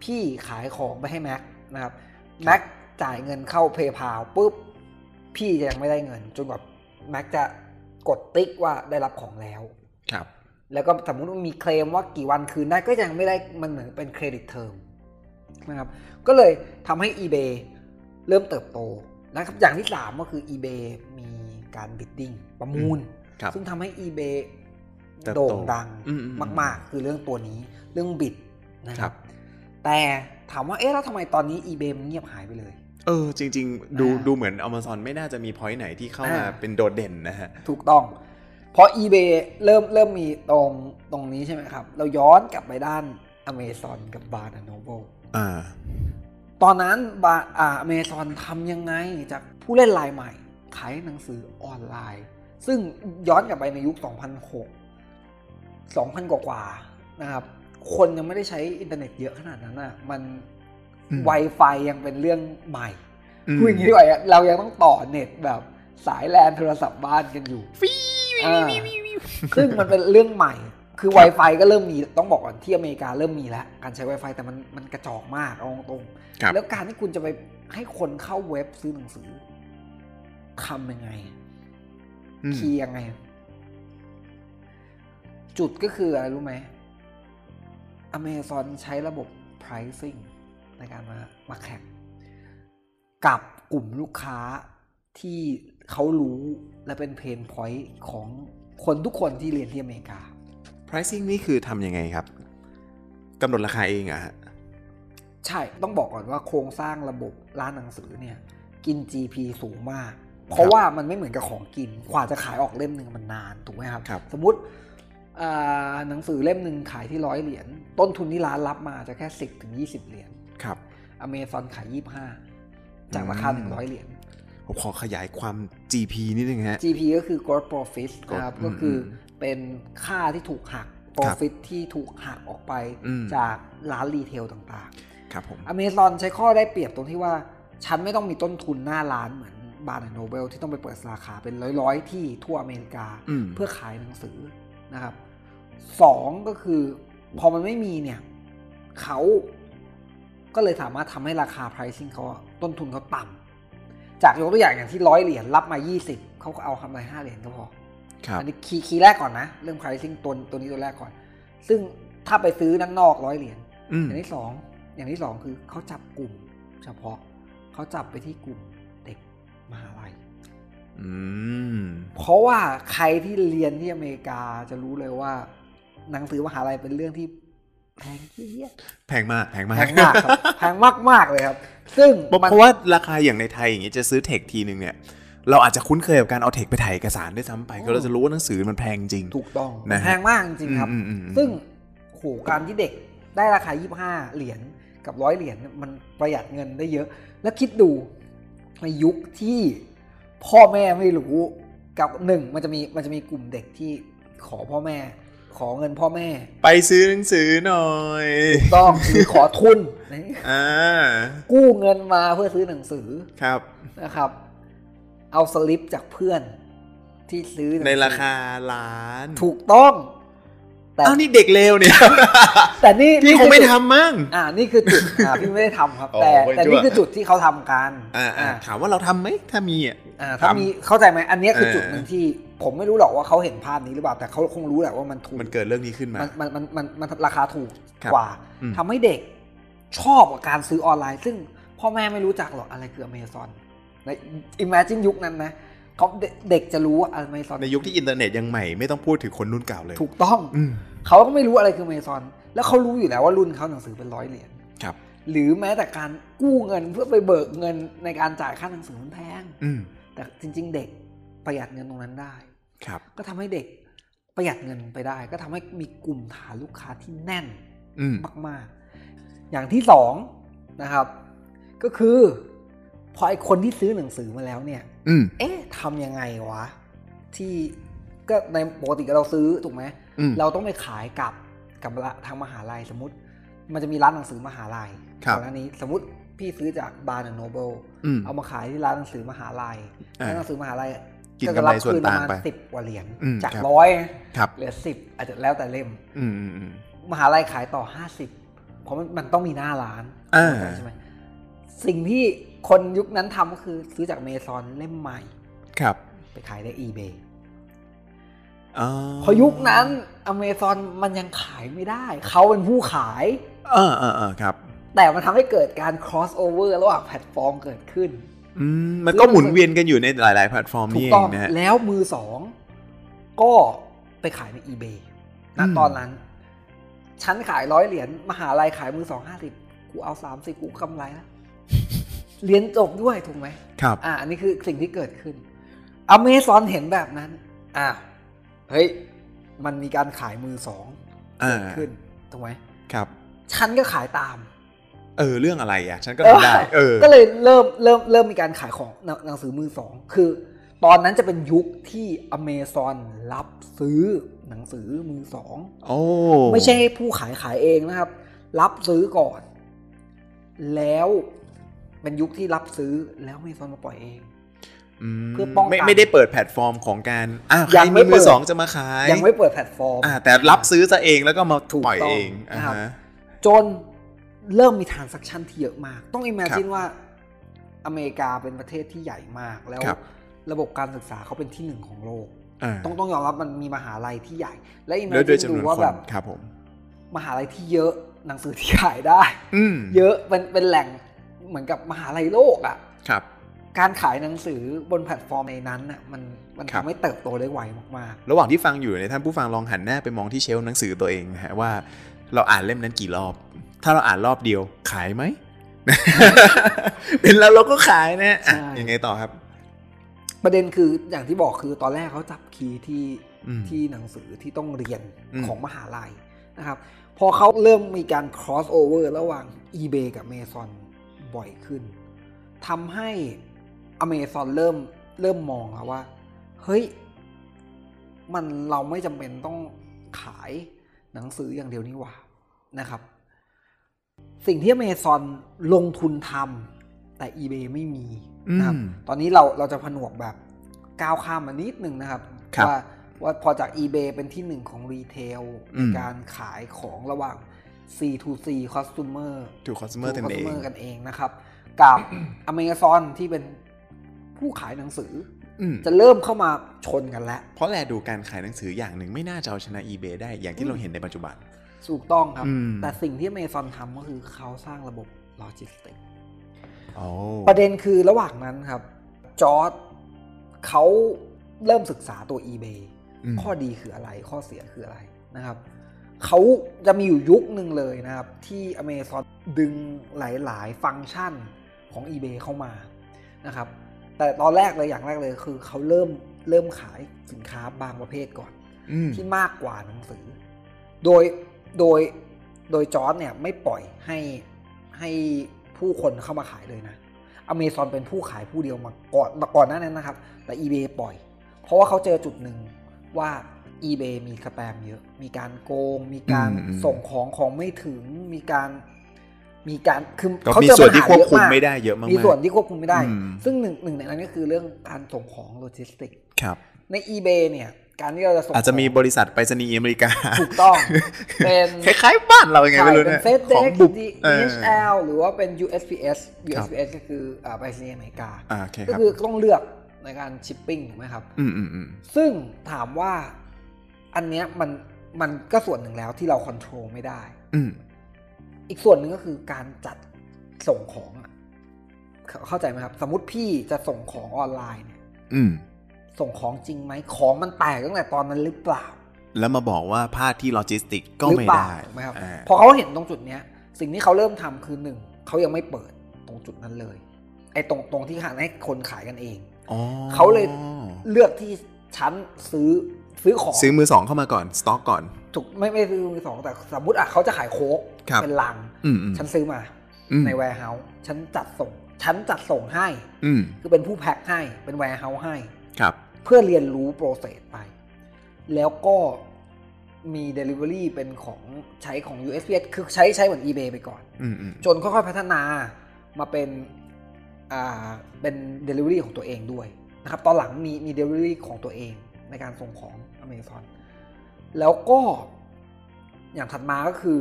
[SPEAKER 2] พี่ขายของไปให้แม็กนะครับแม็กจ่ายเงินเข้า PayPal ปุ๊บ พี่จะยังไม่ได้เงิน จนกว่าแม็กจะกดติ๊กว่าได้รับของแล้ว
[SPEAKER 1] ครับ
[SPEAKER 2] แล้วก็สมมุติว่ามีเคลมว่ากี่วันคืนได้ก็ยังไม่ได้มันเหมือนเป็นเครดิตเทอม นะครับ ก็เลยทำให้ eBay เริ่มเติบโตนะครับ อย่างที่ 3 ก็คือ eBay มีการบิดดิ้งประมูล
[SPEAKER 1] ครับ
[SPEAKER 2] ซึ่งทำให้ eBay
[SPEAKER 1] เติบโต
[SPEAKER 2] โด่งดัง
[SPEAKER 1] อืมอืมอืม
[SPEAKER 2] มาก ๆ คือเรื่องตัวนี้เรื่องบิดนะค
[SPEAKER 1] ครั
[SPEAKER 2] รับ
[SPEAKER 1] บ
[SPEAKER 2] แต่ถามว่าเอ๊ะแล้วทำไมตอนนี้ eBay มันเงียบหายไปเลย
[SPEAKER 1] เออ จริง ๆ ดู
[SPEAKER 2] อ่า
[SPEAKER 1] ดูเหมือน Amazon ไม่น่าจะมีพอยต์ไหนที่เข้ามา
[SPEAKER 2] อ่า
[SPEAKER 1] เป็นโดดเด่นนะฮะ
[SPEAKER 2] ถูกต้อง เพราะ eBay เริ่มเริ่มมีตรงตรงนี้ใช่ไหมครับ เราย้อนกลับไปด้าน Amazon กับ Barnes Noble
[SPEAKER 1] อ่า
[SPEAKER 2] ตอนนั้นบาอ่าเมซอนทำยังไงจากผู้เล่นรายใหม่ ขายหนังสือออนไลน์ ซึ่งย้อนกลับไปในยุค 2006 2000 กว่ากว่าๆนะครับ คนยังไม่ได้ใช้อินเทอร์เน็ตเยอะขนาดนั้นอ่ะ มัน
[SPEAKER 1] อืม
[SPEAKER 2] Wi-Fi ยังเป็นเรื่องใหม่
[SPEAKER 1] ม
[SPEAKER 2] พูดอย่างนี้ดีกว่าเรายังต้องต่อเน็ตแบบสายแลนโทรศัพท์บ้านกันอยู่
[SPEAKER 1] ฟิ
[SPEAKER 2] อ่าซึ่งมันเป็นเรื่องใหม่ คือ Wi-Fi ก็เริ่มมี ต้องบอกก่อนที่อเมริกาเริ่มมีแล้ว การใช้ Wi-Fi แต่มันมันกระจอกมากเอาตรง
[SPEAKER 1] ครับ
[SPEAKER 2] ๆแล้วการที่คุณจะไปให้คนเข้าเว็บซื้อหนังสือทำยังไง
[SPEAKER 1] อืม
[SPEAKER 2] คีย์ยังไง จุดก็คืออะไรรู้ไหม Amazon ใช้ระบบ pricing ในการมามาแข่งกับกลุ่มลูกค้าที่เขารู้และเป็นเพนพอยต์ของคนทุกคนที่เรียนที่อเมริกา
[SPEAKER 1] pricing นี่คือทำยังไงครับกำหนดราคาเองเหรอะฮะ
[SPEAKER 2] ใช่ต้องบอกก่อนว่าโครงสร้างระบบร้านหนังสือเนี่ย กิน GP สูงมาก เพ
[SPEAKER 1] ครั
[SPEAKER 2] ราะ
[SPEAKER 1] บ
[SPEAKER 2] ว่ามันไม่เหมือนกับของกินกว่าจะขายออกเล่มหนึ่งมันนานถูกไหมครับ
[SPEAKER 1] ครับ
[SPEAKER 2] สมมติอ่าหนังสือเล่มหนึ่งขายที่ร้อยเหรียญต้นทุนที่ร้านรับมาจะแค่ 10ถึง20 เหรียญ
[SPEAKER 1] ครับ
[SPEAKER 2] อเมซอนขาย 25 จากราคา
[SPEAKER 1] อืม
[SPEAKER 2] 100 เหรียญ
[SPEAKER 1] ผมขอขยายความ GP นิดนึงฮะ
[SPEAKER 2] GP ก็คือ gross profit นะครับ
[SPEAKER 1] Gross
[SPEAKER 2] ก็คืออ
[SPEAKER 1] ม
[SPEAKER 2] เป็นค่าที่ถูกหัก profit ที่ถูกหักออกไป
[SPEAKER 1] อืม
[SPEAKER 2] จากร้านรีเทลต่างๆ
[SPEAKER 1] ครับผม
[SPEAKER 2] อเมซอนใช้ข้อได้เปรียบตรงที่ว่า ฉันไม่ต้องมีต้นทุนหน้าร้านเหมือนบาร์นโนเบลที่ต้องไปเปิดสาขาเป็นร้อยๆ ที่ทั่วอเมริกา
[SPEAKER 1] อืม
[SPEAKER 2] เพื่อขายหนังสือนะครับสองก็คือพอมันไม่มีเนี่ยเขาก็เลยสามารถทำให้ราคา pricing เขาอะต้นทุนเขาต่ำจากยกตัวอย่างอย่างที่ร้อยเหรียญรับมา 20 เขาก็เอาทำไรห้าเหรียญก็พอ
[SPEAKER 1] ครับ
[SPEAKER 2] อันนี้คีย์คีย์แรกก่อนนะ เรื่อง pricing ตัวตัวนี้ตัวแรกก่อน ซึ่งถ้าไปซื้อนั่นนอกร้อยเหรียญ
[SPEAKER 1] อืม
[SPEAKER 2] อย่างที่สองอย่างที่สองคือเขาจับกลุ่ม เฉพาะเขาจับไปที่กลุ่มเด็กมหาลัย
[SPEAKER 1] อืม
[SPEAKER 2] เพราะว่าใครที่เรียนที่อเมริกาจะรู้เลยว่า หนังสือมหาลัยเป็นเรื่องที่แพงเหี้ย
[SPEAKER 1] แพงมาก แพงมา
[SPEAKER 2] แพ
[SPEAKER 1] ก
[SPEAKER 2] งมากครับ แพงมากๆเลยครับ ซึ่ง
[SPEAKER 1] เพราะ
[SPEAKER 2] มัน
[SPEAKER 1] เพราะว่าราคาอย่างในไทยอย่างเงี้ยจะซื้อเทคทีนึงเนี่ย เราอาจจะคุ้นเคยกับการเอาเทคไปถ่ายเอกสารด้วยซ้ำไปก็เราจะรู้ว่าหนังสือมันแพงจริง
[SPEAKER 2] ถูกต้อง
[SPEAKER 1] นะฮะ
[SPEAKER 2] แพงมากจริงๆครับ
[SPEAKER 1] อืมอืมอืม
[SPEAKER 2] ซึ่งโหการที่เด็กได้ราคา 25 เหรียญกับร้อยเหรียญเนี่ยมันประหยัดเงินได้เยอะ แล้วคิดดูในยุคที่พ่อแม่ไม่รู้กับหนึ่งมันจะมีมันจะมีกลุ่มเด็กที่ขอพ่อแม่ ขอเงินพ่อแม่
[SPEAKER 1] ไปซื้อหนังสือหน่อย
[SPEAKER 2] ถูกต้อง หรือขอทุน นะ
[SPEAKER 1] อ่า
[SPEAKER 2] กู้เงินมาเพื่อซื้อหนังสือ
[SPEAKER 1] ครับ
[SPEAKER 2] นะครับ เอาสลิปจากเพื่อนที่ซื้อหงสือ
[SPEAKER 1] ในราคาล้าน
[SPEAKER 2] ถูกต้อง แต่
[SPEAKER 1] อ้าวนี่เด็กเลวเนี่ย
[SPEAKER 2] แต่นี่
[SPEAKER 1] พี่คงไม่ทำมั้ง
[SPEAKER 2] อ่านี่คือจุด อ่าพี่ไม่ได้ทำครับ
[SPEAKER 1] อ๋อ
[SPEAKER 2] แต่
[SPEAKER 1] ไม่
[SPEAKER 2] แต่
[SPEAKER 1] ชั่ว
[SPEAKER 2] นี่คือจุดที่เขาทำกัน
[SPEAKER 1] อ่าอ่าถามว่าเราทำไหมถ้ามีอ่ะ
[SPEAKER 2] อ่าถ้า
[SPEAKER 1] ทำ
[SPEAKER 2] มีเข้าใจไหมอันเนี้ยคือ
[SPEAKER 1] เออ
[SPEAKER 2] จุดหนึ่งที่ ผมไม่รู้หรอกว่าเขาเห็นภาพนี้หรือเปล่าแต่เขาคงรู้แหละว่ามันถูก
[SPEAKER 1] มันเกิดเรื่องนี้ขึ้นมา
[SPEAKER 2] มันมันมันมันมันราคาถูก
[SPEAKER 1] ครับ
[SPEAKER 2] กว่า
[SPEAKER 1] อืม
[SPEAKER 2] ทำให้เด็กชอบกับการซื้อออนไลน์ ซึ่งพ่อแม่ไม่รู้จักหรอกอะไรคือ Amazon ใน Imagine ยุคนั้นนะเขาเด็กเด็กจะรู้ว่า Amazon
[SPEAKER 1] ในยุคที่อินเทอร์เน็ตยังใหม่ไม่ต้องพูดถึงคนรุ่นเก่าเลย
[SPEAKER 2] ถูกต้อง
[SPEAKER 1] อืม
[SPEAKER 2] เขาก็ไม่รู้อะไรคือ Amazon แล้วเขารู้อยู่แล้วว่ารุ่นเขาหนังสือเป็นร้อยเหรียญ
[SPEAKER 1] ครับ
[SPEAKER 2] หรือแม้แต่การกู้เงินเพื่อไปเบิกเงินในการจ่ายค่าหนังสือมันแพง
[SPEAKER 1] อืม
[SPEAKER 2] แต่จริง ๆ เด็กประหยัดเงินตรงนั้นได้
[SPEAKER 1] ครับ
[SPEAKER 2] ก็ทำให้เด็กประหยัดเงินไปได้ ก็ทำให้มีกลุ่มฐานลูกค้าที่แน่น
[SPEAKER 1] อืม
[SPEAKER 2] มาก ๆ อย่างที่สองนะครับ ก็คือพอไอคนที่ซื้อหนังสือมาแล้วเนี่ย
[SPEAKER 1] อืม
[SPEAKER 2] เอ๊ะทำยังไงวะ ที่ก็ในปกติเราซื้อถูกไหม
[SPEAKER 1] อืม
[SPEAKER 2] เราต้องไปขายกับกับละทางมหาลัยสมมติ มันจะมีร้านหนังสือมหาลัย
[SPEAKER 1] ครับ
[SPEAKER 2] ก่อนหน้านี้สมมติพี่ซื้อจากบาร์นโนเบล
[SPEAKER 1] อืม
[SPEAKER 2] เอามาขายที่ร้านหนังสือมหาลัย
[SPEAKER 1] อ่า
[SPEAKER 2] ร้านหนังสือมหาลัย
[SPEAKER 1] กินกำไรส่วนต่างไป
[SPEAKER 2] สิบกว่าเหรียญ
[SPEAKER 1] อืม
[SPEAKER 2] จาก
[SPEAKER 1] ครับ
[SPEAKER 2] ร้อย
[SPEAKER 1] ครับ
[SPEAKER 2] เหลือสิบอาจจะแล้วแต่เล่ม
[SPEAKER 1] อืมอืมอืม
[SPEAKER 2] มหาลัยขายต่อห้าสิบเพราะมันมันต้องมีหน้าร้าน
[SPEAKER 1] อ่า
[SPEAKER 2] ใช่ไหมสิ่งที่คนยุคนั้นทำก็คือซื้อจากเมซอนเล่มใหม่
[SPEAKER 1] ครับ
[SPEAKER 2] ไปขายใน eBay
[SPEAKER 1] อ๋อ
[SPEAKER 2] เพอยุคนั้นอเมซอนมันยังขายไม่ได้ เขาเป็นผู้ขาย
[SPEAKER 1] เออเออเออครับ
[SPEAKER 2] แต่มันทำให้เกิดการ cross over ระหว่างแพลตฟอร์มเกิดขึ้น
[SPEAKER 1] อืมมันก็หมุนเวียนกันอยู่ในหลาย ๆ แพลตฟอร์ม
[SPEAKER 2] ถู
[SPEAKER 1] นี่
[SPEAKER 2] ก
[SPEAKER 1] เอ
[SPEAKER 2] ต้อง ง
[SPEAKER 1] นะฮะ
[SPEAKER 2] แล้วมือสอง ก็ไปขายใน eBay นะ
[SPEAKER 1] อืม
[SPEAKER 2] ตอนนั้น ฉันขายร้อยเหรียญมหาลัยขายมือสองห้าสิบกูเอาสามสิบกูกำไรแล้วเหรียญจบด้วยถูกไหม
[SPEAKER 1] ครับ
[SPEAKER 2] อ่ะอันนี้คือสิ่งที่เกิดขึ้นอเมซอนเห็นแบบนั้นอ่ะเฮ้ย มันมีการขายมือสอง
[SPEAKER 1] อ่า
[SPEAKER 2] ขึ้นถูกไหม
[SPEAKER 1] ครับ
[SPEAKER 2] ฉันก็ขายตาม
[SPEAKER 1] เออ เรื่องอะไรอ่ะ ฉันก็
[SPEAKER 2] เออ
[SPEAKER 1] ทำได้ เออ
[SPEAKER 2] ก็เลยเริ่มเริ่มเริ่มมีการขายของหนังหนังสือมือสอง คือตอนนั้นจะเป็นยุคที่อเมซอนรับซื้อหนังสือมือสอง
[SPEAKER 1] โอ้
[SPEAKER 2] ไม่ใช่ให้ผู้ขายขายเองนะครับ รับซื้อก่อน แล้วเป็นยุคที่รับซื้อแล้วเมซอนมาปล่อยเอง
[SPEAKER 1] ม
[SPEAKER 2] เพื่อป้องกัน
[SPEAKER 1] ไม่ไม่ได้เปิดแพลตฟอร์มของการอ่าใค
[SPEAKER 2] ยั
[SPEAKER 1] รง
[SPEAKER 2] ไม่
[SPEAKER 1] มีมื
[SPEAKER 2] เปิ
[SPEAKER 1] อ
[SPEAKER 2] ด
[SPEAKER 1] สองจะมาขาย
[SPEAKER 2] ยังไม่เปิดแพลตฟอร์ม
[SPEAKER 1] อ่า แต่รับซื้อซะเองแล้วก็มา
[SPEAKER 2] ถูก
[SPEAKER 1] ปล่อย
[SPEAKER 2] ต้อง
[SPEAKER 1] เองอ่า
[SPEAKER 2] นะครับ
[SPEAKER 1] ฮะ
[SPEAKER 2] จนเริ่มมี transaction ที่เยอะมาก ต้อง imagine ว่าอเมริกาเป็นประเทศที่ใหญ่มาก แล้ว
[SPEAKER 1] ครับ
[SPEAKER 2] ระบบการศึกษาเขาเป็นที่หนึ่งของโลก
[SPEAKER 1] อ่า
[SPEAKER 2] ต้องต้องยอมรับมันมีมหาลัยที่ใหญ่ และ
[SPEAKER 1] แล้วด้วย
[SPEAKER 2] imagine
[SPEAKER 1] จำน
[SPEAKER 2] ดู
[SPEAKER 1] วน
[SPEAKER 2] ว่า
[SPEAKER 1] ค
[SPEAKER 2] แบ
[SPEAKER 1] น
[SPEAKER 2] บ
[SPEAKER 1] ครับผม
[SPEAKER 2] มหาลัยที่เยอะหนังสือที่ขายได้
[SPEAKER 1] อืม
[SPEAKER 2] เยอะเป็นเป็นแหล่งเหมือนกับมหาลัยโลกอ่ะ
[SPEAKER 1] ครับ
[SPEAKER 2] การขายหนังสือบนแพลตฟอร์มในนั้นน่ะมันมัน
[SPEAKER 1] ครับ
[SPEAKER 2] ทำให้เติบโตได้ไวมาก
[SPEAKER 1] ระหว่างที่ฟังอยู่เนี่ยท่านผู้ฟังลองหันหน้าไปมองที่เชลฟ์หนังสือตัวเองนะฮะว่า เราอ่านเล่มนั้นกี่รอบ ถ้าเราอ่านรอบเดียวขายไหม เป็นแล้วเราก็ขายนะฮะอ่ะยังไงต่อครับ
[SPEAKER 2] ๆ ประเด็นคืออย่างที่บอกคือตอนแรกเขาจับคีย์ที่
[SPEAKER 1] อืม
[SPEAKER 2] ที่หนังสือที่ต้องเรียน
[SPEAKER 1] อืม
[SPEAKER 2] ของมหาลัยนะครับ พอเขาเริ่มมีการ cross over ระหว่าง eBay กับ Amazon บ่อยขึ้นทำให้ Amazon เริ่มเริ่มมองแล้วว่า เฮ้ย มันเราไม่จำเป็นต้องขายหนังสืออย่างเดียวนี่หว่านะครับ สิ่งที่ Amazon ลงทุนทำแต่ eBay ไม่มีนะครับ
[SPEAKER 1] อืม
[SPEAKER 2] ตอนนี้เราเราจะผนวกแบบก้าวข้ามมานิดนึงนะครับ
[SPEAKER 1] ครับ
[SPEAKER 2] ว่าว่าพอจาก eBay เป็นที่หนึ่งของรีเทลในการขายของระหว่าง C2C customer
[SPEAKER 1] ถูกคอน sumer กันเอง
[SPEAKER 2] customer กันเองนะครับ กับ Amazon ที่เป็นผู้ขายหนังสือ
[SPEAKER 1] อืม
[SPEAKER 2] จะเริ่มเข้ามาชนกันแล้ว
[SPEAKER 1] เพราะแลดูการขายหนังสืออย่างหนึ่งไม่น่าจะเอาชนะ eBay ได้อย่างที่เราเห็นในปัจจุบัน
[SPEAKER 2] ถูกต้องครับ
[SPEAKER 1] อืม
[SPEAKER 2] แต่สิ่งที่ Amazon ทำก็คือเขาสร้างระบบโลจิสติก
[SPEAKER 1] โอ้
[SPEAKER 2] ประเด็นคือระหว่างนั้นครับ จอร์ดเขาเริ่มศึกษาตัว eBay
[SPEAKER 1] ม
[SPEAKER 2] ข้อดีคืออะไรข้อเสียคืออะไรนะครับ เขาจะมีอยู่ยุคหนึ่งเลยนะครับ ที่ Amazon ดึงหลาย ๆ ฟังก์ชันของ eBay เข้ามานะครับ แต่ตอนแรกเลยอย่างแรกเลยคือเขาเริ่มเริ่มขายสินค้าบางประเภทก่อน
[SPEAKER 1] อืม
[SPEAKER 2] ที่มากกว่าหนังสือ โดยโดยโดยจอร์ดเนี่ยไม่ปล่อยให้ให้ผู้คนเข้ามาขายเลยนะ Amazon เป็นผู้ขายผู้เดียวมาก่อนมาก่อนหน้านั้นนะครับ แต่ eBay ปล่อย เพราะว่าเขาเจอจุดหนึ่งว่า eBay มีสแปมเยอะ มีการโกง มีการส่งของของไม่ถึง มีการมีการคือ
[SPEAKER 1] ก็
[SPEAKER 2] เขา
[SPEAKER 1] มี
[SPEAKER 2] เจอ
[SPEAKER 1] ส่วน
[SPEAKER 2] ปัญหา
[SPEAKER 1] ที่ควบ
[SPEAKER 2] เยอะ
[SPEAKER 1] คุม
[SPEAKER 2] มาก
[SPEAKER 1] ไม่ได้เยอะมากๆ
[SPEAKER 2] มีส่วนที่ควบคุมไม่ได้
[SPEAKER 1] อืม
[SPEAKER 2] ซึ่งหนึ่งหนึ่งในนั้นก็คือเรื่องการส่งของโลจิสติก
[SPEAKER 1] ครับ
[SPEAKER 2] ใน eBay เนี่ยการที่เราจะส่ง
[SPEAKER 1] อาจจะมี
[SPEAKER 2] ข
[SPEAKER 1] บ
[SPEAKER 2] อง
[SPEAKER 1] ริษัทไปรษณีย์อเมริกา
[SPEAKER 2] ถูกต้อง เป็น
[SPEAKER 1] คล้ายๆบ้านเรายังไง
[SPEAKER 2] ใช่
[SPEAKER 1] ไม่รู้
[SPEAKER 2] เป็
[SPEAKER 1] เนี่
[SPEAKER 2] น
[SPEAKER 1] ย
[SPEAKER 2] FedEx
[SPEAKER 1] ของบุบ
[SPEAKER 2] DHL หรือว่าเป็น USPS USPS ก็คืออ่าไปรษณีย์อเมริกา
[SPEAKER 1] อ่าโอเคค
[SPEAKER 2] ก็
[SPEAKER 1] รับ
[SPEAKER 2] คือต้องเลือกในการชิปปิ้งถูกไหมครับ
[SPEAKER 1] อืมอืมอืม
[SPEAKER 2] ซึ่งถามว่าอันเนี้ยมันมันก็ส่วนหนึ่งแล้วที่เราคอนโทรลไม่ได้
[SPEAKER 1] อืม
[SPEAKER 2] อีกส่วนหนึ่งก็คือการจัดส่งของอะเข้าเข้าใจไหมครับ สมมติพี่จะส่งของออนไลน์เนี่ย
[SPEAKER 1] อืม
[SPEAKER 2] ส่งของจริงไหมของมันแตกตั้งแต่ตอนนั้นหรือเปล่า
[SPEAKER 1] แล้วมาบอกว่าพลาดที่โลจิสติกก็ไม่
[SPEAKER 2] หรือเปล่า
[SPEAKER 1] ได้
[SPEAKER 2] ถูกไหมครับ
[SPEAKER 1] อ่า
[SPEAKER 2] พอเขาเห็นตรงจุดเนี้ย สิ่งที่เขาเริ่มทำคือหนึ่งเขายังไม่เปิดตรงจุดนั้นเลย ไอ้ตรงตรงที่หาให้คนขายกันเอง
[SPEAKER 1] อ๋อ
[SPEAKER 2] เขาเลย เลือกที่ชั้นซื้อซื้อของ
[SPEAKER 1] ซื้อมือสองเข้ามาก่อน สต็อกก่อน
[SPEAKER 2] ถูกไม่ไม่ซื้อมือสองแต่สมมติอ่ะเขาจะขายโค้ก
[SPEAKER 1] ครับ
[SPEAKER 2] เป็นลัง
[SPEAKER 1] อืมอืม
[SPEAKER 2] ฉันซื้อมา
[SPEAKER 1] อืม
[SPEAKER 2] ในแวร์เฮาส์ฉันจัดส่งฉันจัดส่งให้
[SPEAKER 1] อืม
[SPEAKER 2] คือเป็นผู้แพ็คให้เป็นแวร์เฮาส์ให้
[SPEAKER 1] ครับ
[SPEAKER 2] เพื่อเรียนรู้โปรเซสไป แล้วก็มี Delivery เป็นของใช้ของ USPS คือใช้ใช้เหมือน eBay ไปก่อน
[SPEAKER 1] อืมอืม
[SPEAKER 2] จนค่อยๆพัฒนามาเป็นอ่าเป็น Delivery ของตัวเองด้วยนะครับ ตอนหลังมีมี Delivery ของตัวเองในการส่งของ Amazon แล้วก็อย่างถัดมาก็คือ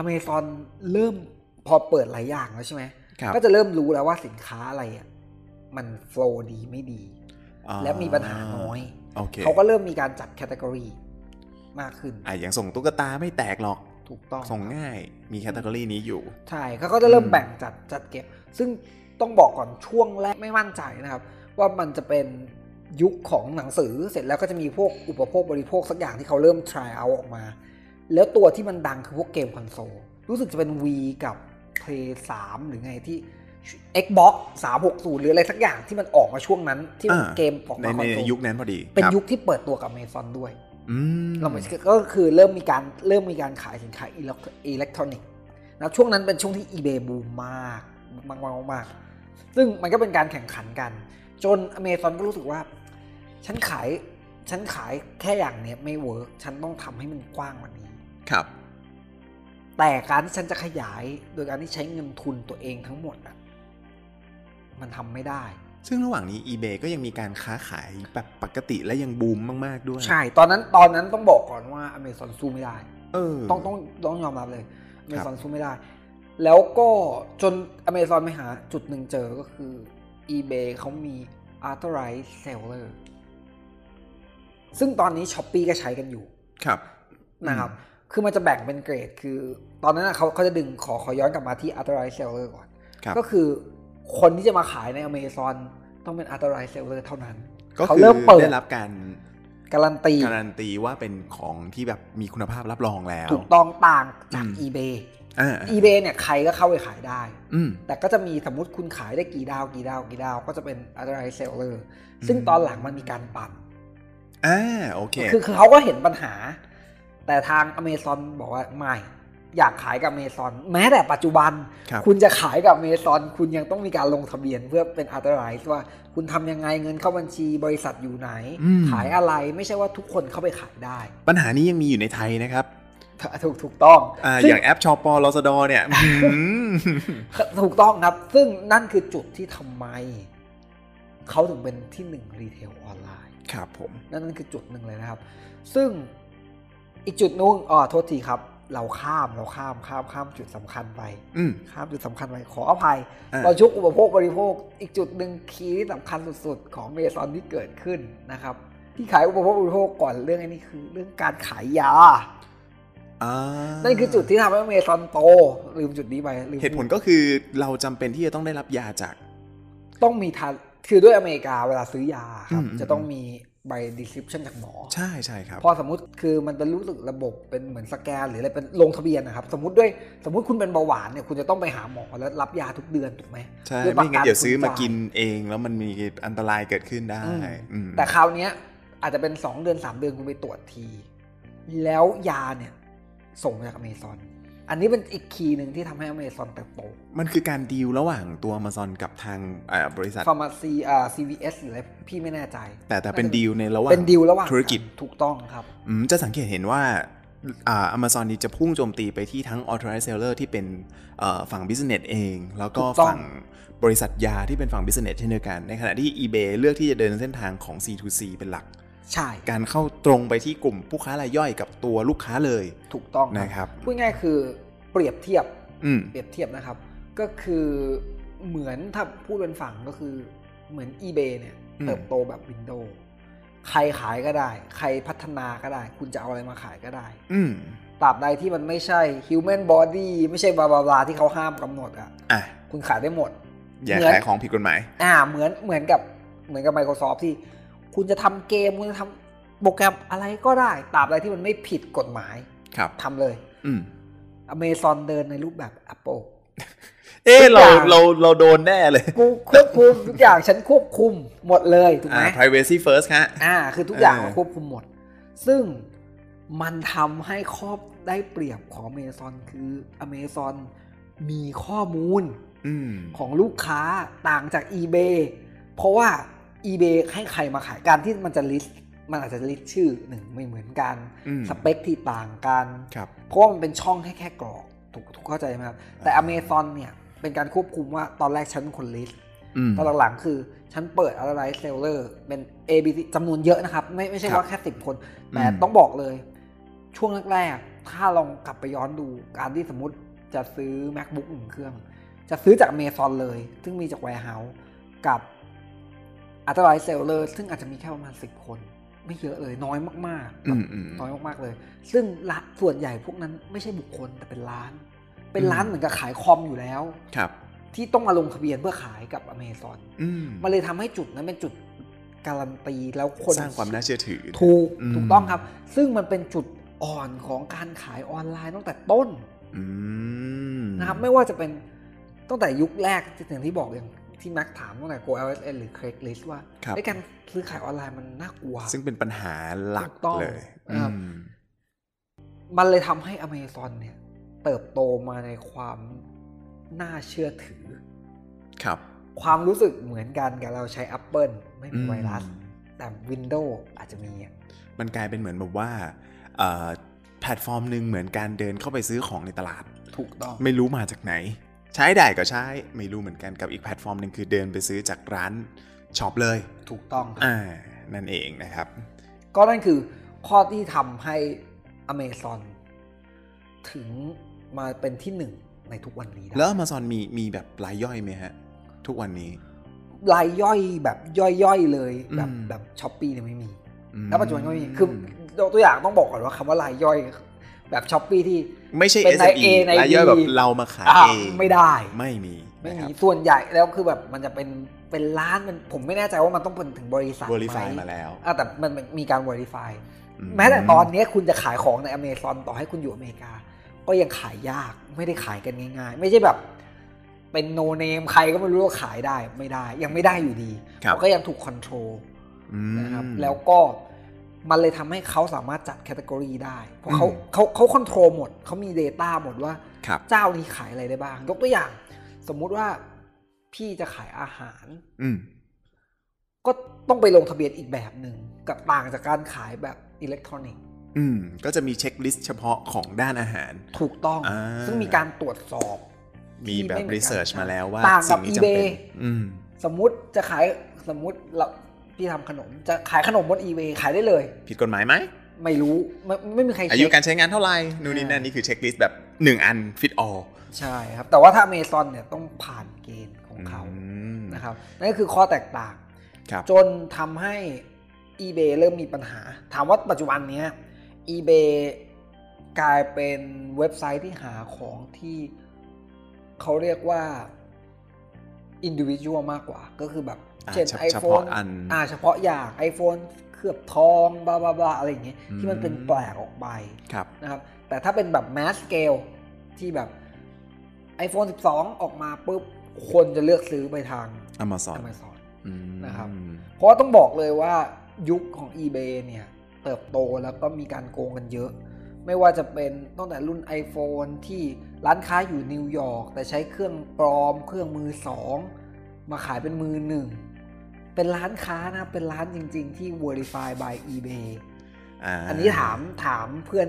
[SPEAKER 2] Amazon เริ่มพอเปิดหลายอย่างแล้วใช่ไหม
[SPEAKER 1] ครับ
[SPEAKER 2] ก็จะเริ่มรู้แล้วว่าสินค้าอะไรอ่ะมันโฟลว์ดีไม่ดี
[SPEAKER 1] อ่า
[SPEAKER 2] และมีปัญหาน้อย
[SPEAKER 1] โอเค
[SPEAKER 2] เขาก็เริ่มมีการจัดแคตตากรีมากขึ้น
[SPEAKER 1] อ่ะอย่างส่งตุ๊กตาไม่แตกหรอก
[SPEAKER 2] ถูกต้อง
[SPEAKER 1] ส่งง่ายมีแคตตา o r y นี้อยู่
[SPEAKER 2] ใช่เขาก็จะเริ่ม
[SPEAKER 1] อืม
[SPEAKER 2] แบ่งจัดจัดเก็บ ซึ่งต้องบอกก่อนช่วงแรกไม่มั่นใจนะครับ ว่ามันจะเป็นยุคของหนังสือเสร็จแล้วก็จะมีพวกอุปโภคบริโภคสักอย่างที่เขาเริ่ม try out ออกมา แล้วตัวที่มันดังคือพวกเกมคอนโซลรู้สึกจะเป็น V กับ Play 3 หรือไงที่ Xbox 360 หรืออะไรสักอย่างที่มันออกมาช่วงนั้นที่มัน
[SPEAKER 1] อ่า
[SPEAKER 2] เกมออก
[SPEAKER 1] ใน
[SPEAKER 2] มาคอนโซ
[SPEAKER 1] ใน
[SPEAKER 2] ล
[SPEAKER 1] ยุคนั้นพอดี
[SPEAKER 2] เป็น
[SPEAKER 1] รับ
[SPEAKER 2] ยุคที่เปิดตัวกับ Amazon ด้วย
[SPEAKER 1] อืม
[SPEAKER 2] เราไม่ก็คือเริ่มมีการเริ่มมีการขายสินค้าอิเล็กทรอนิกส์นะช่วงนั้นเป็นช่วงที่ eBay บูมมากมากมากมากซึ่งมันก็เป็นการแข่งขันกัน จน Amazon ก็รู้สึกว่า ฉันขายฉันขายแค่อย่างเนี้ยไม่เวิร์กฉันต้องทำให้มันกว้างกว่านี้
[SPEAKER 1] ครับ
[SPEAKER 2] แต่การที่ฉันจะขยายโดยการที่ใช้เงินทุนตัวเองทั้งหมดอะมันทำไม่ได้
[SPEAKER 1] ซึ่งระหว่างนี้ eBay ก็ยังมีการค้าขายแบบปกติและยังบูมมาก ๆ ด้วย
[SPEAKER 2] ใช่ ตอนนั้นตอนนั้นต้องบอกก่อนว่า Amazon สู้ไม่ได้
[SPEAKER 1] เออ
[SPEAKER 2] ต้องต้องต้องยอมรับเลยอเม
[SPEAKER 1] ครับ
[SPEAKER 2] ซอนสู้ไม่ได้ แล้วก็จนอเมซอนไปหาจุดหนึ่งเจอก็คือ eBay เขามี authorized seller ซึ่งตอนนี้ s h o p e e ก็ใช้กันอยู่
[SPEAKER 1] ครับ
[SPEAKER 2] นะครับ คือมันจะแบ่งเป็นเกรด คือ ตอนนั้นนะเขาเขาจะดึงขอขอย้อนกลับมาที่ authorized seller ก่อน
[SPEAKER 1] ครับ
[SPEAKER 2] ก็คือคนที่จะมาขายในอเมซอนต้องเป็น authorized seller เท่านั้น
[SPEAKER 1] ก็
[SPEAKER 2] เขา
[SPEAKER 1] คือ
[SPEAKER 2] เริ่มเปิด
[SPEAKER 1] ได้รับการ
[SPEAKER 2] การันตี
[SPEAKER 1] การันตีว่าเป็นของที่แบบมีคุณภาพรับรองแล้ว
[SPEAKER 2] ถูกต้องต่างจาก
[SPEAKER 1] อืม
[SPEAKER 2] eBay
[SPEAKER 1] อ่า
[SPEAKER 2] eBay เนี่ยใครก็เข้าไปขายได้
[SPEAKER 1] อืม
[SPEAKER 2] แต่ก็จะมีสมมติคุณขายได้กี่ดาวกี่ดาวกี่ดาวก็จะเป็นอะไรเซลเลอร์
[SPEAKER 1] ม
[SPEAKER 2] ซึ่งตอนหลังมันมีการปั่น
[SPEAKER 1] อ่าโอเค
[SPEAKER 2] คือคือเขาก็เห็นปัญหา แต่ทางอเมซอนบอกว่าไม่ อยากขายกับอเมซอนแม้แต่ปัจจุบัน
[SPEAKER 1] ครับ
[SPEAKER 2] ณจะขายกับอเมซอนคุณยังต้องมีการลงทะเบียนเพื่อเป็นอัตรายว่าคุณทำยังไงเงินเข้าบัญชีบริษัทอยู่ไหน
[SPEAKER 1] ม
[SPEAKER 2] ขายอะไรไม่ใช่ว่าทุกคนเข้าไปขายได้
[SPEAKER 1] ปัญหานี้ยังมีอยู่ในไทยนะครับ
[SPEAKER 2] ถูกถูกต้อง
[SPEAKER 1] อ่า
[SPEAKER 2] ซึ่
[SPEAKER 1] อย่างแอปชอปอลอสดอ เนี่ยอื้อหือ
[SPEAKER 2] ถูกต้องครับ ซึ่งนั่นคือจุดที่ทำไม เขาถึงเป็นที่หนึ่งรีเทลออนไลน์
[SPEAKER 1] ครับผม
[SPEAKER 2] นั่นนั่นคือจุดหนึ่งเลยนะครับ ซึ่งอีกจุดนึงอ๋อโทษทีครับ เราข้ามเราข้ามข้ามข้ามจุดสำคัญไป
[SPEAKER 1] อืม
[SPEAKER 2] ข้ามจุดสำคัญไปขออภัย
[SPEAKER 1] อ่า
[SPEAKER 2] ตอนช่วงอุปโภคบริโภค อีกจุดหนึ่งคีย์ที่สำคัญสุดๆ ของเมซอนที่เกิดขึ้นนะครับ ที่ขายอุปโภคบริโภคก่อนเรื่องไอ้นี้คือ เรื่องการขายยา
[SPEAKER 1] อ่า
[SPEAKER 2] นั่นคือจุดที่ทำให้เมซอนโตลืมจุดนี้ไปม
[SPEAKER 1] เหตุผลก็คือเราจำเป็นที่จะต้องได้รับยาจาก
[SPEAKER 2] ต้องมีทานคือด้วยอเมริกาเวลาซื้อยาครับ
[SPEAKER 1] อืม
[SPEAKER 2] จะต้องมีใบ description จากหมอ
[SPEAKER 1] ใช่ใช่ครับ
[SPEAKER 2] พอสมมติคือมันเป็นรู้สึกระบบเป็นเหมือนสแกน หรืออะไรเป็นลงทะเบียนนะครับ สมมติด้วยสมมติคุณเป็นเบาหวานเนี่ยคุณจะต้องไปหาหมอแล้วรับยาทุกเดือนถูกไหม
[SPEAKER 1] ใช่
[SPEAKER 2] ด้วยประ
[SPEAKER 1] ไม่งั้นเดี๋ยวซื้อมากิน
[SPEAKER 2] คุณจ่
[SPEAKER 1] เองแล้วมันมีอันตรายเกิดขึ้นได้
[SPEAKER 2] อืม
[SPEAKER 1] อืม
[SPEAKER 2] ยแต่คราวเนี้ยอาจจะเป็น 2 เดือน 3 เดือนคุณไปตรวจที แล้วยาเนี่ยส่งมาจากอเมซอนอันนี้เป็นอีกคีย์หนึ่งที่ทำให้อเมซอนเติบโต
[SPEAKER 1] มันคือการดีลระหว่างตัว Amazon กับทางอ่าบริษัท
[SPEAKER 2] ฟาร์มาซีอ่า CVS หรืออะไรพี่ไม่แน่ใจ
[SPEAKER 1] แต่แต่เป็นดีลในระหว่าง
[SPEAKER 2] เป็นดีลระหว่าง
[SPEAKER 1] ธุรกิจ
[SPEAKER 2] ถูกต้องครับ
[SPEAKER 1] อืมจะสังเกตเห็นว่าอ่า Amazon นี่จะพุ่งโจมตีไปที่ทั้ง authorized seller ที่เป็นเอ่อฝั่ง business เอง แล้วก็
[SPEAKER 2] ถูกต้อง
[SPEAKER 1] ฝั่งบริษัทยาที่เป็นฝั่ง business เช่นเดียวกัน ในขณะที่ eBay เลือกที่จะเดินเส้นทางของ C2C เป็นหลัก
[SPEAKER 2] ใช่
[SPEAKER 1] การเข้าตรงไปที่กลุ่มผู้ค้ารายย่อยกับตัวลูกค้าเลย
[SPEAKER 2] ถูกต้องครับ
[SPEAKER 1] นะครับ
[SPEAKER 2] พูดง่ายคือเปรียบเทียบ
[SPEAKER 1] อืม
[SPEAKER 2] เปรียบเทียบนะครับ ก็คือเหมือนถ้าพูดเป็นฝั่งก็คือเหมือน eBay เนี่ย
[SPEAKER 1] อืม
[SPEAKER 2] เติบโตแบบ Windows ใครขายก็ได้ ใครพัฒนาก็ได้ คุณจะเอาอะไรมาขายก็ได้
[SPEAKER 1] อืม
[SPEAKER 2] ตราบใดที่มันไม่ใช่ human body ไม่ใช่บลาบลาบลาที่เขาห้ามกำหนดอ่ะ
[SPEAKER 1] อ่ะ
[SPEAKER 2] คุณขายได้หมด
[SPEAKER 1] อย่า
[SPEAKER 2] เหมือน
[SPEAKER 1] ขายของผิดกฎหมาย
[SPEAKER 2] อ่าเหมือนเหมือนกับเหมือนกับ Microsoft ที่ คุณจะทำเกม คุณจะทำโปรแกรมอะไรก็ได้ตราบใดที่มันไม่ผิดกฎหมาย
[SPEAKER 1] ครับ
[SPEAKER 2] ทำเลย
[SPEAKER 1] อืม
[SPEAKER 2] Amazon เดินในรูปแบบ Apple
[SPEAKER 1] เอ๊ะเรา
[SPEAKER 2] ทุกอย่าง
[SPEAKER 1] เราเราโดนแน่เลย
[SPEAKER 2] กูควบคุมทุกอย่างฉันควบคุมหมดเลยถูกไห
[SPEAKER 1] อ่า
[SPEAKER 2] ม
[SPEAKER 1] privacy first ฮะ
[SPEAKER 2] อ่า คือทุกอย่าง
[SPEAKER 1] เออ
[SPEAKER 2] เราควบคุมหมด ซึ่งมันทำให้ครอบได้เปรียบของ Amazon คือ Amazon มีข้อมูล
[SPEAKER 1] อืม
[SPEAKER 2] ของลูกค้าต่างจาก eBay เพราะว่า eBay ให้ใครมาขายการที่มันจะ list มันอาจจะ list ชื่อหนึ่งไม่เหมือนกัน
[SPEAKER 1] อืม
[SPEAKER 2] สเปคที่ต่างกัน
[SPEAKER 1] ครับ
[SPEAKER 2] เพราะว่ามันเป็นช่องให้แค่กรอกถูกถูกเข้าใจไหมครับ แต่ Amazon เนี่ยเป็นการควบคุมว่าตอนแรกฉันเป็นคน list
[SPEAKER 1] อืม
[SPEAKER 2] ตอนหลังๆคือ ฉันเปิดอะไร เซลเลอร์เป็น A B C จำนวนเยอะนะครับ ไม่ไม่ใช่
[SPEAKER 1] ครับ
[SPEAKER 2] ว่าแค่สิบคน แต่
[SPEAKER 1] อืม
[SPEAKER 2] ต้องบอกเลย ช่วงแรกๆ ถ้าลองกลับไปย้อนดูการที่สมมติจะซื้อ macbook หนึ่งเครื่อง จะซื้อจาก Amazon เลย ซึ่งมีจาก warehouse กับอัตราไลเซลเลอร์ซึ่งอาจจะมีแค่ประมาณสิบคน ไม่เยอะเลยน้อยมากๆ
[SPEAKER 1] อื
[SPEAKER 2] แบบ
[SPEAKER 1] มอืม
[SPEAKER 2] น้อยมากๆเลย ซึ่งละส่วนใหญ่พวกนั้นไม่ใช่บุคคลแต่เป็นร้าน เป็นร้านเหมือนกับขายคอมอยู่แล้ว
[SPEAKER 1] ครับ
[SPEAKER 2] ที่ต้องมาลงทะเบียนเพื่อขายกับอเมซอน
[SPEAKER 1] อืม
[SPEAKER 2] มันเลยทำให้จุดนั้นเป็นจุดการันตีแล้วคน
[SPEAKER 1] สร้างความน่าเชื่อถือ
[SPEAKER 2] ถูก
[SPEAKER 1] อืม
[SPEAKER 2] ถูกต้องครับ ซึ่งมันเป็นจุดอ่อนของการขายออนไลน์ตั้งแต่ต้น
[SPEAKER 1] อืม
[SPEAKER 2] นะครับไม่ว่าจะเป็นตั้งแต่ยุคแรกที่ถึงที่บอกอย่างที่แม็กถามตั้งแต่ Go LSN หรือ Craigslist ว่า
[SPEAKER 1] ครับ
[SPEAKER 2] ไอ้การซื้อขายออนไลน์มันน่ากลัว
[SPEAKER 1] ซึ่งเป็นปัญหาหลัก
[SPEAKER 2] ถูกต้อง
[SPEAKER 1] เลย
[SPEAKER 2] ครับ
[SPEAKER 1] อืม
[SPEAKER 2] มันเลยทำให้ Amazon เนี่ย เติบโตมาในความน่าเชื่อถือ
[SPEAKER 1] ครับ
[SPEAKER 2] ความรู้สึกเหมือนกันกับเราใช้ Apple ไม่มีไวรัส
[SPEAKER 1] อืม
[SPEAKER 2] แต่ Windows อาจจะมีอะ
[SPEAKER 1] มันกลายเป็นเหมือนแบบว่าเอ่อแพลตฟอร์มหนึ่งเหมือนการเดินเข้าไปซื้อของในตลาด
[SPEAKER 2] ถูกต้อง
[SPEAKER 1] ไม่รู้มาจากไหน ใช้ได้ก็ใช้ ไม่รู้เหมือนกันกับอีกแพลตฟอร์มหนึ่งคือเดินไปซื้อจากร้านช็อปเลย
[SPEAKER 2] ถูกต้องครับ
[SPEAKER 1] อ่า นั่นเองนะครับ
[SPEAKER 2] ก็นั่นคือข้อที่ทำให้ Amazon ถึงมาเป็นที่หนึ่งในทุกวันนี้ได้
[SPEAKER 1] แล้ว Amazon มีมีแบบรายย่อยไหมฮะ ทุกวันนี้
[SPEAKER 2] รายย่อยแบบย่อยๆเลยแบบ
[SPEAKER 1] อืม
[SPEAKER 2] แบบช้อปปี้เนี่ยไม่มี
[SPEAKER 1] อืม
[SPEAKER 2] แล้วปัจจุบันก็ไม่มีคือยกตัวอย่างต้องบอกก่อนว่าคำว่ารายย่อย แบบช้อปปี้ที่
[SPEAKER 1] ไม่ใช่
[SPEAKER 2] เป็น
[SPEAKER 1] s อ
[SPEAKER 2] นาย A นาย B
[SPEAKER 1] รายย่อยแบบเรามาขาย
[SPEAKER 2] อ่า
[SPEAKER 1] เอง
[SPEAKER 2] ไม่ได้
[SPEAKER 1] ไม่มี
[SPEAKER 2] ไม่
[SPEAKER 1] นะค
[SPEAKER 2] มี
[SPEAKER 1] รับ
[SPEAKER 2] ส่วนใหญ่แล้วคือแบบมันจะเป็นเป็นร้านมันผมไม่แน่ใจว่ามันต้องเป็นถึงบริษัท
[SPEAKER 1] บริไฟ
[SPEAKER 2] ไห
[SPEAKER 1] มาแล้ว
[SPEAKER 2] อ่ะแต่มันมันมีการ verify
[SPEAKER 1] อื
[SPEAKER 2] แม้แต่ตอนเนี้ยคุณจะขายของในอเมซอนต่อให้คุณอยู่อเมริกา ก็ยังขายยากไม่ได้ขายกันง่ายๆ ไม่ใช่แบบเป็นโนเนมใครก็ไม่รู้ว่าขายได้ไม่ได้ ยังไม่ได้อยู่ดี
[SPEAKER 1] ครับ
[SPEAKER 2] มันก็ยังถูกคอนโทร
[SPEAKER 1] อืม
[SPEAKER 2] นะครับแล้วก็มันเลยทำให้เขาสามารถจัดแคตตากรีได้ เพราะเขา
[SPEAKER 1] อืม
[SPEAKER 2] เขาเขาคอนโทรลหมด เขามี Data หมดว่า
[SPEAKER 1] ครับ
[SPEAKER 2] เจ้านี้ขายอะไรได้บ้าง ยกตัวอย่าง สมมุติว่าพี่จะขายอาหาร
[SPEAKER 1] อืม
[SPEAKER 2] ก็ต้องไปลงทะเบียนอีกแบบหนึ่งกับต่างจากการขายแบบอิเล็กทรอนิกส์
[SPEAKER 1] อืม ก็จะมีเช็คลิสต์เฉพาะของด้านอาหาร
[SPEAKER 2] ถูกต้อง
[SPEAKER 1] อ่า
[SPEAKER 2] ซึ่งมีการตรวจสอบ
[SPEAKER 1] มีแบบ
[SPEAKER 2] ที่ไม่เหมือนกัน
[SPEAKER 1] รีเสิร์ชมาแล้วว่า
[SPEAKER 2] ต่างกับ
[SPEAKER 1] สิ่งนี้จำเป็น
[SPEAKER 2] eBay
[SPEAKER 1] อืม
[SPEAKER 2] สมมุติจะขายสมมุติเราพี่ทำขนมจะขายขนมบนอีเวขายได้เลย
[SPEAKER 1] ผิดกฎหมายไหม
[SPEAKER 2] ไม่รู้ไม่ไม่มีใคร
[SPEAKER 1] อายุ
[SPEAKER 2] เช็ค
[SPEAKER 1] การใช้งานเท่าไหร่ นู่นนี่นั่นนี่คือเช็คลิสต์แบบ 1 อันฟิตออล
[SPEAKER 2] ใช่ครับ แต่ว่าถ้า Amazon เนี่ยต้องผ่านเกณฑ์ของเขานะครับนั่นก็คือข้อแตกต่าง
[SPEAKER 1] ครับ
[SPEAKER 2] จนทำให้ eBay เริ่มมีปัญหา ถามว่าปัจจุบันเนี้ย eBay กลายเป็นเว็บไซต์ที่หาของที่เขาเรียกว่า individual มากกว่า ก็คือแบบ
[SPEAKER 1] อ่า
[SPEAKER 2] เช่น
[SPEAKER 1] เฉ
[SPEAKER 2] iPhone
[SPEAKER 1] เฉพาะอัน
[SPEAKER 2] อ่าเฉพาะอย่าง iPhone เคลือบทองบลาบลาบลาอะไรอย่างเงี้ยที่มันเป็น
[SPEAKER 1] อืม
[SPEAKER 2] แปลกออกไป
[SPEAKER 1] ครับ
[SPEAKER 2] นะครับแต่ถ้าเป็นแบบ mass scale ที่แบบ iPhone 12 ออกมาปุ๊บ คนจะเลือกซื้อไปทาง
[SPEAKER 1] Amazon
[SPEAKER 2] Amazon
[SPEAKER 1] อืม
[SPEAKER 2] นะครับ เพราะว่าต้องบอกเลยว่ายุคของ eBay เนี่ย เติบโตแล้วก็มีการโกงกันเยอะ ไม่ว่าจะเป็นตั้งแต่รุ่น iPhone ที่ร้านค้าอยู่นิวยอร์กแต่ใช้เครื่องปลอม เครื่องมือสองมาขายเป็นมือหนึ่ง เป็นร้านค้านะเป็นร้านจริง ๆ ที่ verify by eBay
[SPEAKER 1] า
[SPEAKER 2] อันนี้ถามถามเพื่อน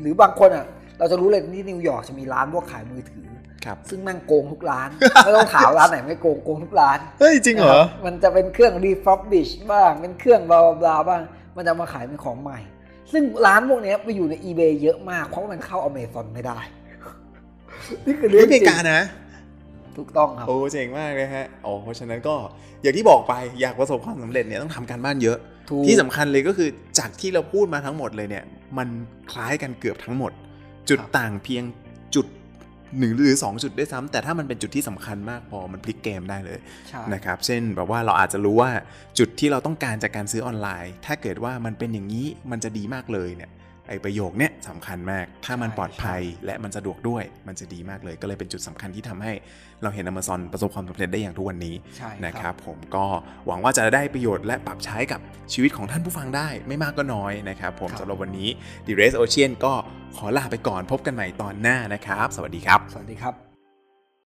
[SPEAKER 2] หรือบางคนอ่ะ เราจะรู้เลยที่นิวยอร์กจะมีร้านพวกขายมือถือ
[SPEAKER 1] ครับ
[SPEAKER 2] ซึ่งแม่งโกงทุกร้าน ไม่ต้องถามร้านไหนไม่โกงโกงทุกร้าน
[SPEAKER 1] เฮ้ย จริงเหรอ
[SPEAKER 2] นะคบมันจะเป็นเครื่อง refurbish บ้าง เป็นเครื่องบลาบลาบ้าง มันจะมาขายเป็นของใหม่ ซึ่งร้านพวกเนี้ยไปอยู่ใน eBay เยอะมาก เพราะมันเข้า Amazon ไม่ได้ นี่คือเรื่อง
[SPEAKER 1] ไม่
[SPEAKER 2] จ
[SPEAKER 1] มี
[SPEAKER 2] ริง
[SPEAKER 1] การนะ
[SPEAKER 2] ถูกต้องครับ
[SPEAKER 1] โอ้เจ๋งมากเลยฮะโอ้เพราะฉะนั้นก็อย่างที่บอกไปอยากประสบความสำเร็จเนี่ยต้องทำการบ้านเยอะ
[SPEAKER 2] ถูก
[SPEAKER 1] ที่สำคัญเลยก็คือจากที่เราพูดมาทั้งหมดเลยเนี่ย มันคล้ายกันเกือบทั้งหมด จุด
[SPEAKER 2] ครับ
[SPEAKER 1] ต่างเพียงจุดหนึ่งหรือสองจุดด้วยซ้ำแต่ถ้ามันเป็นจุดที่สำคัญมากพอมันพลิกเกมได้เลย
[SPEAKER 2] ใช่
[SPEAKER 1] นะครับ เช่นแบบว่าเราอาจจะรู้ว่าจุดที่เราต้องการจากการซื้อออนไลน์ ถ้าเกิดว่ามันเป็นอย่างนี้มันจะดีมากเลยเนี่ยไอประโยคเนี้ยสำคัญมาก ถ้ามันปลอดภัยและมันสะดวกด้วยมันจะดีมากเลย ก็เลยเป็นจุดสำคัญที่ทำให้เราเห็น Amazon ประสบความสำเร็จได้อย่างทุกวันนี้
[SPEAKER 2] ใช่
[SPEAKER 1] นะครับผมก็หวังว่าจะได้ประโยชน์และปรับใช้กับชีวิตของท่านผู้ฟังได้ไม่มากก็น้อยนะครับผมสำหรับวันนี้ The Race Ocean ก็ขอลาไปก่อนพบกันใหม่ตอนหน้านะครับ สวัสดีครับ
[SPEAKER 2] สวัสดีครับ